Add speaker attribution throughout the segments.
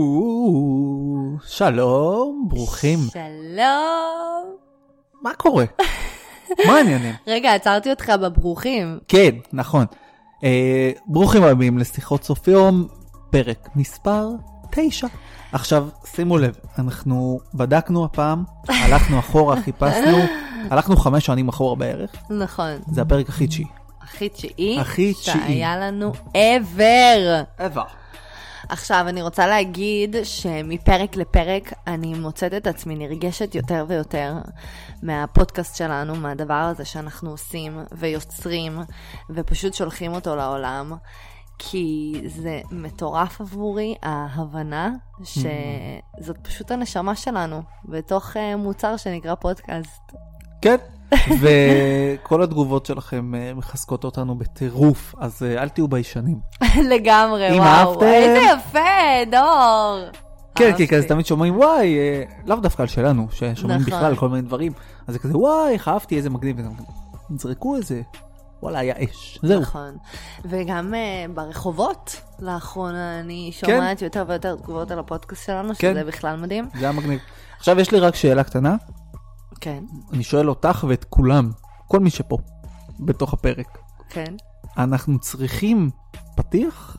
Speaker 1: או, שלום, ברוכים.
Speaker 2: שלום.
Speaker 1: מה קורה? מה העניינים?
Speaker 2: רגע, עצרתי אותך בברוכים.
Speaker 1: כן, נכון. אה, ברוכים הבאים לשיחות סוף יום, פרק מספר 9. עכשיו, שימו לב, אנחנו בדקנו הפעם, הלכנו אחורה, חיפשנו, הלכנו חמש שנים אחורה בערך,
Speaker 2: נכון.
Speaker 1: זה הפרק הכי תשיעי.
Speaker 2: הכי תשיעי.
Speaker 1: הכי תשיעי.
Speaker 2: שהיה לנו ever.
Speaker 1: אבר.
Speaker 2: עכשיו, אני רוצה להגיד שמפרק לפרק אני מוצאת את עצמי נרגשת יותר ויותר מהפודקאסט שלנו, מהדבר הזה שאנחנו עושים ויוצרים ופשוט שולחים אותו לעולם, כי זה מטורף עבורי ההבנה שזאת פשוט הנשמה שלנו בתוך אה, מוצר שנקרא פודקאסט.
Speaker 1: כן. וכל התגובות שלכם אה, מחזקות אותנו בטירוף, אז אה, אל תהיו ביישנים.
Speaker 2: לגמרי,
Speaker 1: אם
Speaker 2: וואו,
Speaker 1: אהבתם-
Speaker 2: איזה יפה, דור.
Speaker 1: כן,
Speaker 2: אהבתי.
Speaker 1: כי כזה תמיד שומעים, וואי, אה, לאו דווקא על שלנו, ששומעים
Speaker 2: אוקיי. נכון.
Speaker 1: בכלל על כל מיני דברים, אז זה כזה, וואי, איך אהבתי, איזה מגניב, וגם נזרקו איזה, וואלה, היה אש, זהו.
Speaker 2: נכון. וגם uh, ברחובות, לאחרונה אני שומעת כן. יותר ויותר תגובות על הפודקאסט שלנו, שזה
Speaker 1: כן.
Speaker 2: בכלל מדהים.
Speaker 1: זה היה מגניב. עכשיו יש לי רק שאלה קטנה,
Speaker 2: כן,
Speaker 1: אני שואל אותך ואת כולם, כל מי שפה, בתוך הפרק,
Speaker 2: כן.
Speaker 1: אנחנו צריכים פתיח?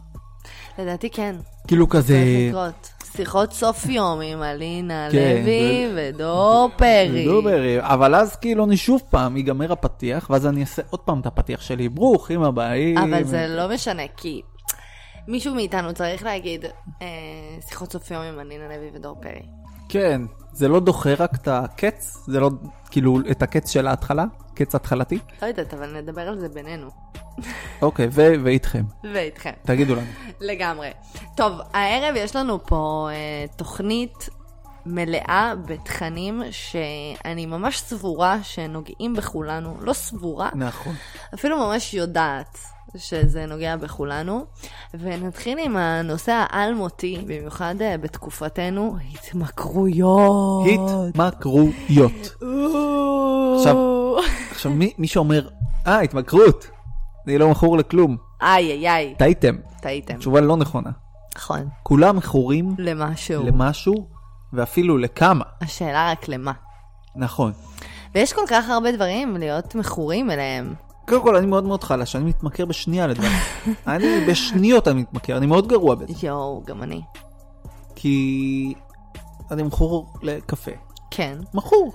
Speaker 2: לדעתי כן,
Speaker 1: כאילו כזה,
Speaker 2: צריך לקרות. שיחות סוף יום עם אלינה
Speaker 1: כן,
Speaker 2: לוי ודור פרי.
Speaker 1: דובר, אבל אז כאילו אני שוב פעם ייגמר הפתיח, ואז אני אעשה עוד פעם את הפתיח שלי, ברוכים הבאים.
Speaker 2: אבל זה לא משנה, כי מישהו מאיתנו צריך להגיד אה, שיחות סוף יום עם אלינה לוי ודור פרי.
Speaker 1: כן, זה לא דוחה רק את הקץ? זה לא, כאילו, את הקץ של ההתחלה? קץ התחלתי?
Speaker 2: לא יודעת, אבל נדבר על זה בינינו.
Speaker 1: אוקיי, ו- ואיתכם,
Speaker 2: ואיתכם.
Speaker 1: תגידו לנו.
Speaker 2: לגמרי. טוב, הערב יש לנו פה אה, תוכנית מלאה בתכנים שאני ממש סבורה שנוגעים בכולנו, לא סבורה,
Speaker 1: נכון.
Speaker 2: אפילו ממש יודעת שזה נוגע בכולנו. ונתחיל עם הנושא האלמותי, במיוחד אה, בתקופתנו, התמכרויות.
Speaker 1: התמכרויות.
Speaker 2: אוו.
Speaker 1: עכשיו- עכשיו, מי, מי שאומר, אה, התמכרות, אני לא מכור לכלום,
Speaker 2: איי איי איי,
Speaker 1: טעיתם,
Speaker 2: טעיתם.
Speaker 1: תשובה לא נכונה.
Speaker 2: נכון,
Speaker 1: כולם מכורים לא.
Speaker 2: למשהו.
Speaker 1: למשהו, ואפילו לכמה.
Speaker 2: השאלה רק למה.
Speaker 1: נכון.
Speaker 2: ויש כל כך הרבה דברים להיות מכורים אליהם.
Speaker 1: קודם כל, אני מאוד מאוד חלש, אני מתמכר בשנייה לדברים. אני בשניות אני מתמכר, אני מאוד גרוע בזה.
Speaker 2: יואו, גם אני.
Speaker 1: כי אני מכור לקפה.
Speaker 2: כן,
Speaker 1: מכור.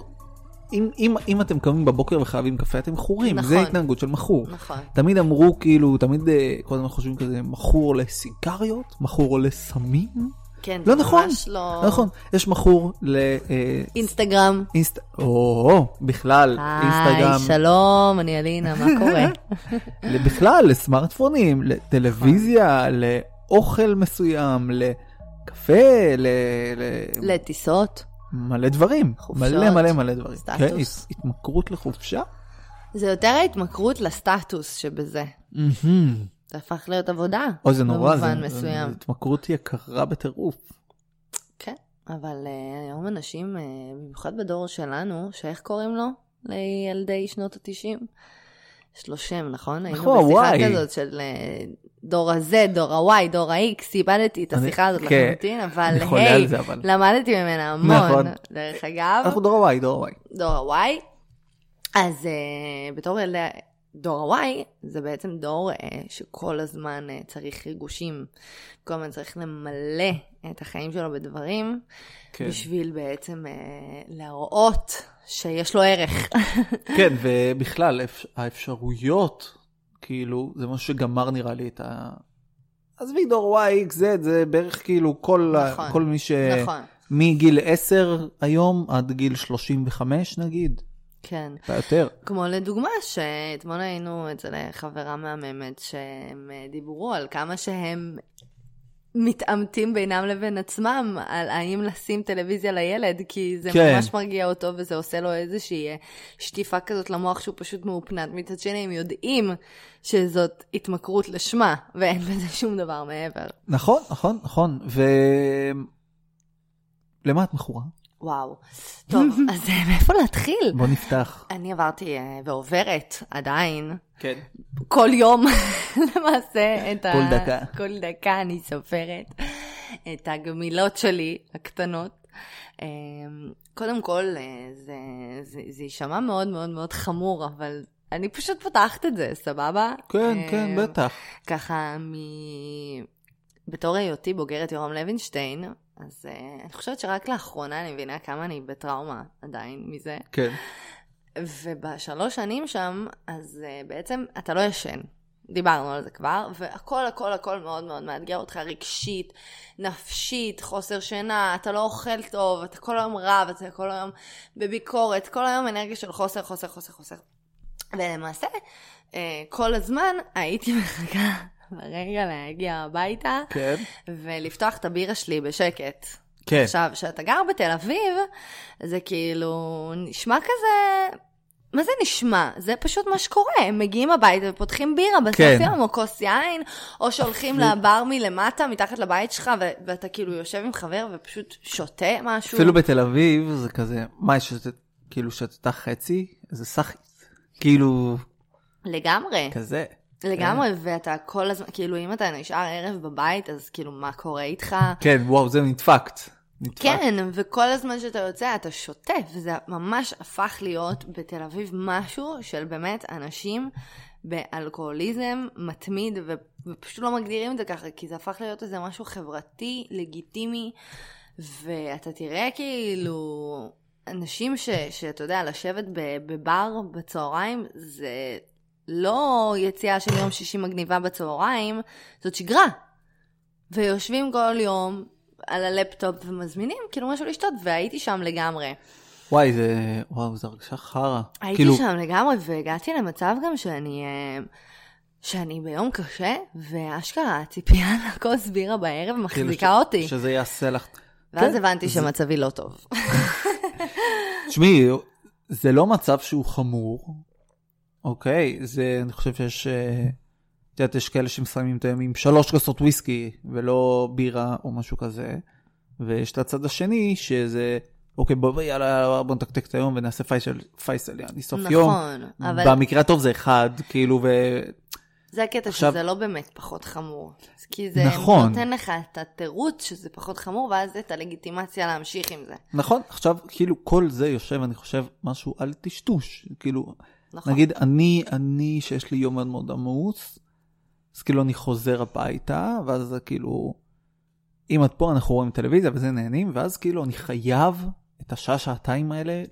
Speaker 1: אם, אם, אם אתם קמים בבוקר וחייבים קפה, אתם מכורים.
Speaker 2: נכון.
Speaker 1: נכון. זה התנהגות של מכור.
Speaker 2: נכון.
Speaker 1: תמיד אמרו, כאילו, תמיד אה, כל הזמן חושבים כזה, מכור לסיגריות, מכור לסמים.
Speaker 2: כן,
Speaker 1: לא
Speaker 2: זה
Speaker 1: נכון.
Speaker 2: ממש לא...
Speaker 1: לא נכון, יש מכור לאינסט...
Speaker 2: אינסטגרם.
Speaker 1: או, בכלל,
Speaker 2: אה, היי,
Speaker 1: אינסטגרם,
Speaker 2: שלום, אני אלינה, מה קורה?
Speaker 1: ל- בכלל, לסמארטפונים, לטלוויזיה,
Speaker 2: נכון.
Speaker 1: לאוכל מסוים, לקפה, ל... ל-
Speaker 2: לטיסות.
Speaker 1: מלא דברים.
Speaker 2: חופשות,
Speaker 1: מלא מלא מלא דברים.
Speaker 2: סטטוס.
Speaker 1: כן, הת- התמכרות לחופשה?
Speaker 2: זה יותר ההתמכרות לסטטוס שבזה.
Speaker 1: מהמם.
Speaker 2: זה הפך להיות עבודה.
Speaker 1: אוי, זה נורא, זה
Speaker 2: במובן
Speaker 1: זה-
Speaker 2: מסוים.
Speaker 1: זה התמכרות יקרה בטירוף.
Speaker 2: כן, אבל אה, היום אנשים, אה, במיוחד בדור שלנו, שאיך קוראים לו? לילדי שנות התשעים? יש לו שם,
Speaker 1: נכון,
Speaker 2: נכון? היינו בשיחה
Speaker 1: וואי.
Speaker 2: כזאת של אה, דור ה-Z, דור ה-Y, דור ה-X, איבדתי את
Speaker 1: אני-
Speaker 2: השיחה הזאת
Speaker 1: כן,
Speaker 2: לחלוטין, אבל
Speaker 1: אני חולה
Speaker 2: היי,
Speaker 1: על זה, אבל.
Speaker 2: למדתי ממנה המון,
Speaker 1: נכון.
Speaker 2: דרך אגב,
Speaker 1: אנחנו דור הוואי, דור הוואי.
Speaker 2: דור ה-Y. אז אה, בתור ילדי דור ה-Y, זה בעצם דור אה, שכל הזמן אה, צריך ריגושים, כל הזמן צריך למלא את החיים שלו בדברים.
Speaker 1: כן.
Speaker 2: בשביל בעצם אה, להראות שיש לו ערך.
Speaker 1: כן, ובכלל, האפ- האפשרויות, כאילו, זה מה שגמר נראה לי את ה... עזבי, דור וואי, איקס, זד, זה בערך כאילו כל, ה-
Speaker 2: נכון,
Speaker 1: כל מי ש...
Speaker 2: נכון.
Speaker 1: מגיל 10 היום עד גיל 35 נגיד,
Speaker 2: כן.
Speaker 1: אתה יותר.
Speaker 2: כמו לדוגמה, שאתמול היינו אצל אה, חברה מהממת, שהם אה, דיברו על כמה שהם מתעמתים בינם לבין עצמם, על האם לשים טלוויזיה לילד, כי זה
Speaker 1: כן.
Speaker 2: ממש מרגיע אותו, וזה עושה לו איזושהי אה, שטיפה כזאת למוח שהוא פשוט מאופנת. מצד שני, הם יודעים שזאת התמכרות לשמה, ואין בזה שום דבר מעבר.
Speaker 1: נכון, נכון, נכון, ו... למה את מכורה?
Speaker 2: וואו. טוב, אז אה, מאיפה להתחיל?
Speaker 1: בוא נפתח.
Speaker 2: אני עברתי אה, ועוברת עדיין
Speaker 1: כן.
Speaker 2: כל יום למעשה את ה...
Speaker 1: כל דקה.
Speaker 2: כל דקה אני סופרת. את הגמילות שלי, הקטנות. אה, קודם כל, אה, זה, זה, זה יישמע מאוד מאוד מאוד חמור, אבל אני פשוט פותחת את זה, סבבה?
Speaker 1: כן, כן,
Speaker 2: אה,
Speaker 1: בטח.
Speaker 2: ככה, מ... בתור היותי בוגרת יורם לוינשטיין, אז אה, אני חושבת שרק לאחרונה אני מבינה כמה אני בטראומה עדיין מזה.
Speaker 1: כן.
Speaker 2: ובשלוש שנים שם, אז uh, בעצם אתה לא ישן. דיברנו על זה כבר, והכל הכל הכל מאוד מאוד מאתגר אותך רגשית, נפשית, חוסר שינה, אתה לא אוכל טוב, אתה כל היום רב, אתה כל היום בביקורת, כל היום אנרגיה של חוסר, חוסר, חוסר, חוסר. ולמעשה, אה, כל הזמן הייתי מחכה לרגע להגיע הביתה
Speaker 1: כן.
Speaker 2: ולפתוח את הבירה שלי בשקט.
Speaker 1: כן.
Speaker 2: עכשיו, כשאתה גר בתל אביב, זה כאילו נשמע כזה... מה זה נשמע? זה פשוט מה שקורה. הם מגיעים הביתה ופותחים בירה בסוף
Speaker 1: כן.
Speaker 2: יום, או כוס יין, או שהולכים לבר מלמטה, מתחת לבית שלך, ו- ואתה כאילו יושב עם חבר ופשוט שותה משהו.
Speaker 1: אפילו בתל אביב זה כזה, מה, שאת, כאילו שתתה חצי? זה סך, כאילו,
Speaker 2: לגמרי.
Speaker 1: כזה. כן.
Speaker 2: לגמרי, ואתה כל הזמן, כאילו, אם אתה נשאר ערב בבית, אז כאילו, מה קורה איתך?
Speaker 1: כן, וואו, זה נדפקת. נדפקת.
Speaker 2: כן, וכל הזמן שאתה יוצא אתה שותה, וזה ממש הפך להיות בתל אביב משהו של באמת אנשים באלכוהוליזם מתמיד, ו- ופשוט לא מגדירים את זה ככה, כי זה הפך להיות איזה משהו חברתי, לגיטימי, ואתה תראה כאילו אנשים ש- שאתה יודע, לשבת ב- בבר בצהריים, זה לא יציאה של יום שישי מגניבה בצהריים, זאת שגרה. ויושבים כל יום על הלפטופ ומזמינים כאילו משהו לשתות, והייתי שם לגמרי.
Speaker 1: וואי, זה, וואו, זו הרגשה חרא.
Speaker 2: הייתי
Speaker 1: כאילו,
Speaker 2: שם לגמרי, והגעתי למצב גם שאני, אה, שאני ביום קשה, ואשכרה הציפייה לכוס בירה בערב
Speaker 1: כאילו
Speaker 2: מחזיקה
Speaker 1: ש-
Speaker 2: אותי.
Speaker 1: שזה יעשה לך.
Speaker 2: ואז
Speaker 1: כן.
Speaker 2: הבנתי שמצבי לא טוב.
Speaker 1: תשמעי, זה לא מצב שהוא חמור, אוקיי? זה, אני חושב שיש, אה, את יודעת, יש כאלה שמסיימים את היום עם שלוש כוסות וויסקי, ולא בירה או משהו כזה, ויש את הצד השני, שזה, אוקיי, בוא, בוא, יאללה, בוא נתקתק את היום ונעשה פייסל, פייסל, יעני, סוף יום.
Speaker 2: נכון, אבל
Speaker 1: במקרה הטוב זה אחד, כאילו, ו...
Speaker 2: זה הקטע
Speaker 1: עכשיו-
Speaker 2: שזה לא באמת פחות חמור. כי זה
Speaker 1: נכון.
Speaker 2: נותן לך את התירוץ שזה פחות חמור, ואז את הלגיטימציה להמשיך עם זה.
Speaker 1: נכון, עכשיו, כאילו, כל זה יושב, אני חושב, משהו על טשטוש. כאילו,
Speaker 2: נכון.
Speaker 1: נגיד, אני, אני, שיש לי יום מאוד מאוד עמוס, אז כאילו אני חוזר הביתה, ואז זה כאילו, אם את פה, אנחנו רואים טלוויזיה וזה נהנים, ואז כאילו אני חייב את השעה-שעתיים האלה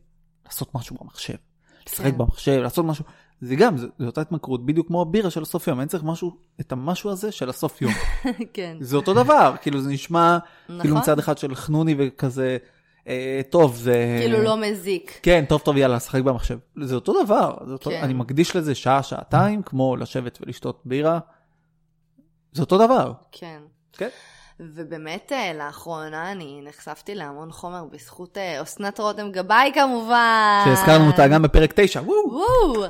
Speaker 1: לעשות משהו במחשב. לשחק
Speaker 2: כן.
Speaker 1: במחשב, לעשות משהו. זה גם, זו זו אותה התמכרות, בדיוק כמו הבירה של הסוף יום, אני צריך משהו, את המשהו הזה של הסוף יום.
Speaker 2: כן.
Speaker 1: זה אותו דבר, כאילו זה נשמע, כאילו
Speaker 2: נכון.
Speaker 1: מצד אחד של חנוני וכזה, אה, טוב, זה...
Speaker 2: כאילו לא מזיק.
Speaker 1: כן, טוב, טוב, יאללה, שחק במחשב. זה אותו דבר, זה אותו...
Speaker 2: כן.
Speaker 1: אני מקדיש לזה שעה, שעתיים, כמו לשבת ולשתות בירה. זה אותו דבר.
Speaker 2: כן.
Speaker 1: כן.
Speaker 2: ובאמת, אה, לאחרונה אני נחשפתי להמון חומר בזכות אה, אסנת רותם גבאי כמובן.
Speaker 1: שהזכרנו
Speaker 2: אה.
Speaker 1: אותה גם בפרק 9, וואו.
Speaker 2: וואו!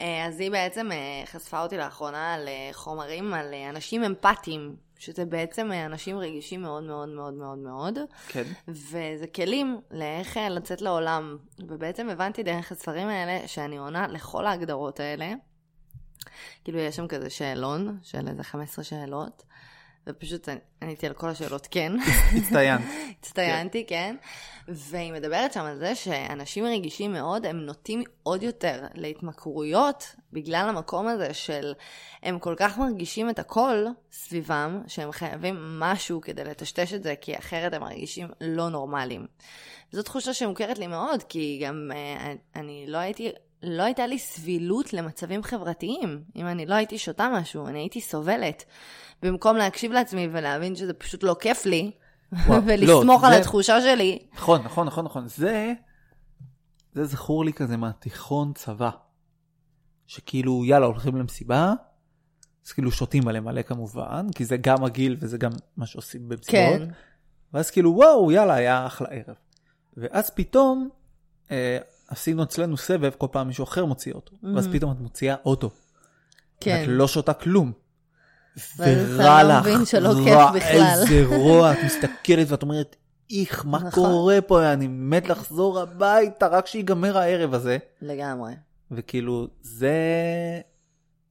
Speaker 2: אה, אז היא בעצם אה, חשפה אותי לאחרונה על אה, חומרים על אה, אנשים אמפתיים, שזה בעצם אה, אנשים רגישים מאוד מאוד מאוד מאוד מאוד.
Speaker 1: כן.
Speaker 2: וזה כלים לאיך אה, לצאת לעולם. ובעצם הבנתי דרך הספרים האלה שאני עונה לכל ההגדרות האלה. כאילו, יש שם כזה שאלון של איזה 15 שאלות, ופשוט אני- עניתי על כל השאלות כן.
Speaker 1: הצטיינת.
Speaker 2: הצטיינתי, כן. והיא מדברת שם על זה שאנשים רגישים מאוד, הם נוטים עוד יותר להתמכרויות בגלל המקום הזה של הם כל כך מרגישים את הכל סביבם, שהם חייבים משהו כדי לטשטש את זה, כי אחרת הם מרגישים לא נורמליים. זו תחושה שמוכרת לי מאוד, כי גם אה, אני לא הייתי... לא הייתה לי סבילות למצבים חברתיים. אם אני לא הייתי שותה משהו, אני הייתי סובלת. במקום להקשיב לעצמי ולהבין שזה פשוט לא כיף לי,
Speaker 1: וואו,
Speaker 2: ולסמוך
Speaker 1: לא,
Speaker 2: על
Speaker 1: זה-
Speaker 2: התחושה שלי.
Speaker 1: נכון, נכון, נכון, נכון. זה, זה זכור לי כזה מהתיכון צבא. שכאילו, יאללה, הולכים למסיבה, אז כאילו שותים מלא מלא כמובן, כי זה גם הגיל וזה גם מה שעושים
Speaker 2: כן.
Speaker 1: במסיבות. ואז כאילו וואו יאללה היה אחלה ערב. ואז פתאום אה, עשינו אצלנו סבב כל פעם מישהו אחר מוציא אותו. Mm-hmm. ואז פתאום את מוציאה אוטו.
Speaker 2: כן.
Speaker 1: את לא שותה כלום.
Speaker 2: ואז אתה
Speaker 1: ורע
Speaker 2: לא
Speaker 1: לך,
Speaker 2: מבין שלא
Speaker 1: רע,
Speaker 2: כיף בכלל.
Speaker 1: איזה רוע, את מסתכלת ואת אומרת, איך, מה
Speaker 2: נכון.
Speaker 1: קורה פה, אני מת לחזור הביתה רק שיגמר הערב הזה.
Speaker 2: לגמרי.
Speaker 1: וכאילו, זה,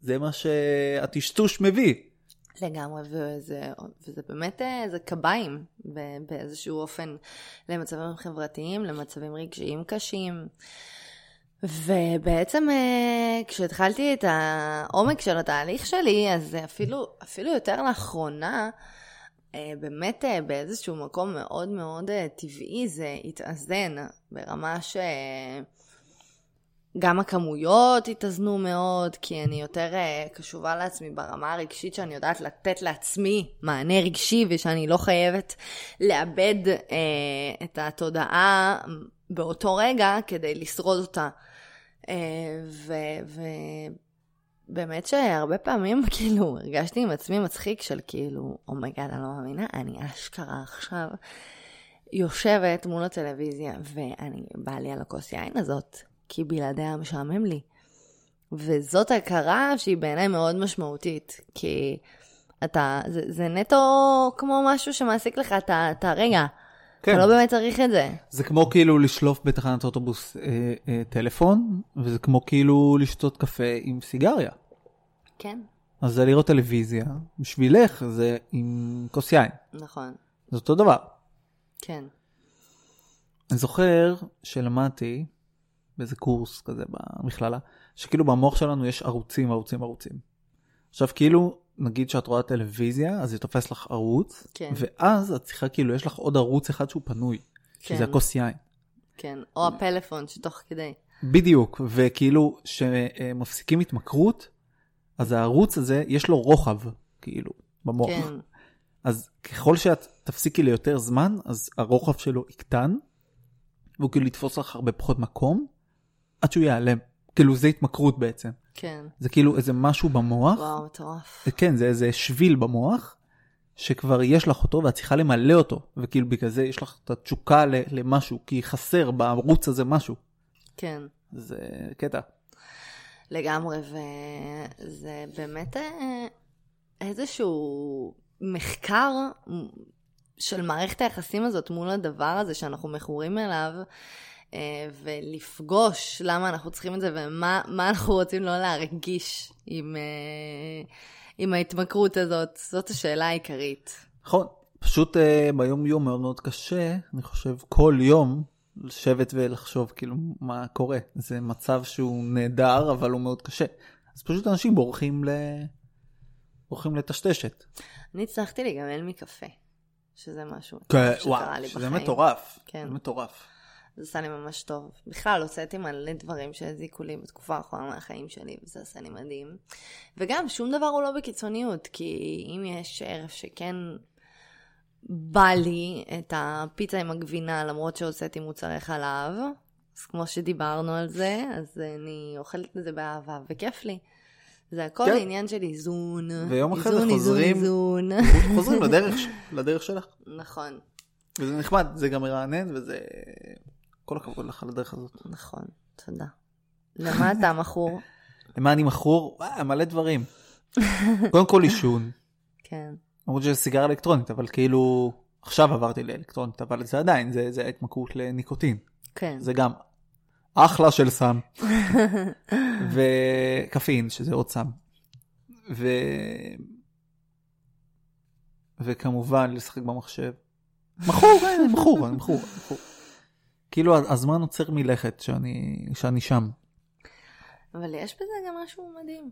Speaker 1: זה מה שהטשטוש מביא.
Speaker 2: לגמרי, וזה, וזה באמת, אה, זה קביים ב- באיזשהו אופן למצבים חברתיים, למצבים רגשיים קשים. ובעצם אה, כשהתחלתי את העומק של התהליך שלי, אז אה, אפילו, אפילו יותר לאחרונה, אה, באמת אה, באיזשהו מקום מאוד מאוד אה, טבעי זה התאזן ברמה ש... אה, גם הכמויות התאזנו מאוד, כי אני יותר אה, קשובה לעצמי ברמה הרגשית שאני יודעת לתת לעצמי מענה רגשי ושאני לא חייבת לאבד אה, את התודעה באותו רגע כדי לשרוד אותה. אה, ו- ובאמת שהרבה פעמים כאילו הרגשתי עם עצמי מצחיק של כאילו, אומייגאד, אני לא מאמינה, אני אשכרה עכשיו יושבת מול הטלוויזיה, ואני בא לי על הכוס יין הזאת, כי בלעדיה משעמם לי. וזאת הכרה שהיא בעיניי מאוד משמעותית, כי אתה, זה, זה נטו כמו משהו שמעסיק לך את ה- את הרגע.
Speaker 1: כן.
Speaker 2: אתה לא באמת צריך את זה.
Speaker 1: זה כמו כאילו לשלוף בתחנת אוטובוס אה, אה, טלפון, וזה כמו כאילו לשתות קפה עם סיגריה.
Speaker 2: כן.
Speaker 1: אז זה לראות טלוויזיה, בשבילך זה עם כוס יין,
Speaker 2: נכון,
Speaker 1: זה אותו דבר.
Speaker 2: כן.
Speaker 1: אני זוכר שלמדתי באיזה קורס כזה במכללה, שכאילו במוח שלנו יש ערוצים, ערוצים, ערוצים. עכשיו כאילו, נגיד שאת רואה טלוויזיה, אז זה תופס לך ערוץ,
Speaker 2: כן.
Speaker 1: ואז את צריכה כאילו, יש לך עוד ערוץ אחד שהוא פנוי, שזה
Speaker 2: כן.
Speaker 1: הכוס יין.
Speaker 2: כן, או הפלאפון שתוך כדי.
Speaker 1: בדיוק, וכאילו, כשמפסיקים התמכרות, אז הערוץ הזה, יש לו רוחב, כאילו, במוח.
Speaker 2: כן,
Speaker 1: אז ככל שאת תפסיקי ליותר זמן, אז הרוחב שלו יקטן, והוא כאילו יתפוס לך הרבה פחות מקום, עד שהוא ייעלם. כאילו זה התמכרות בעצם.
Speaker 2: כן.
Speaker 1: זה כאילו איזה משהו במוח,
Speaker 2: וואו, מטורף.
Speaker 1: כן, זה איזה שביל במוח, שכבר יש לך אותו ואת צריכה למלא אותו, וכאילו בגלל זה יש לך את התשוקה ל- למשהו, כי חסר בערוץ הזה משהו.
Speaker 2: כן.
Speaker 1: זה קטע.
Speaker 2: לגמרי, וזה באמת אה, איזשהו מחקר של מערכת היחסים הזאת מול הדבר הזה שאנחנו מכורים אליו, אה, ולפגוש למה אנחנו צריכים את זה ומה מה אנחנו רוצים לא להרגיש עם, אה, עם ההתמכרות הזאת. זאת השאלה העיקרית.
Speaker 1: נכון, פשוט אה, ביום יום מאוד מאוד קשה, אני חושב כל יום לשבת ולחשוב כאילו מה קורה. זה מצב שהוא נהדר אבל הוא מאוד קשה. אז פשוט אנשים בורחים ל... בורחים לטשטשת.
Speaker 2: אני הצלחתי להיגמל מקפה, שזה משהו שקרה
Speaker 1: כן, וואו,
Speaker 2: לי
Speaker 1: שזה
Speaker 2: בחיים.
Speaker 1: מטורף.
Speaker 2: כן.
Speaker 1: זה מטורף.
Speaker 2: זה עשה לי ממש טוב. בכלל, הוצאתי מלא דברים שהזיקו לי בתקופה האחרונה מהחיים שלי, וזה עשה לי מדהים. וגם, שום דבר הוא לא בקיצוניות, כי אם יש ערב שכן בא לי את הפיצה עם הגבינה, למרות שהוצאתי מוצרי חלב, אז כמו שדיברנו על זה, אז אני אוכלת את זה באהבה, וכיף לי. זה הכל
Speaker 1: כן.
Speaker 2: כן. עניין של איזון.
Speaker 1: ויום אחרי זה
Speaker 2: איזון,
Speaker 1: חוזרים-
Speaker 2: איזון, איזון.
Speaker 1: חוזרים לדרך, ש- לדרך שלך,
Speaker 2: נכון,
Speaker 1: וזה נחמד, זה גם מרענן וזה... כל הכבוד לך על הדרך הזאת.
Speaker 2: נכון, תודה. למה אתה מכור?
Speaker 1: למה אני מכור? וואי, אה, מלא דברים. קודם כל עישון.
Speaker 2: כן.
Speaker 1: למרות שזה סיגריה אלקטרונית, אבל כאילו עכשיו עברתי לאלקטרונית, אבל זה עדיין, זה, זה התמכרות לניקוטין.
Speaker 2: כן.
Speaker 1: זה גם אחלה של סם. וקפאין, שזה עוד סם. ו... וכמובן, לשחק במחשב. מכור, אה, אני מכור, אני מכור. אני מכור. כאילו הזמן עוצר מלכת שאני, שאני שם.
Speaker 2: אבל יש בזה גם משהו מדהים.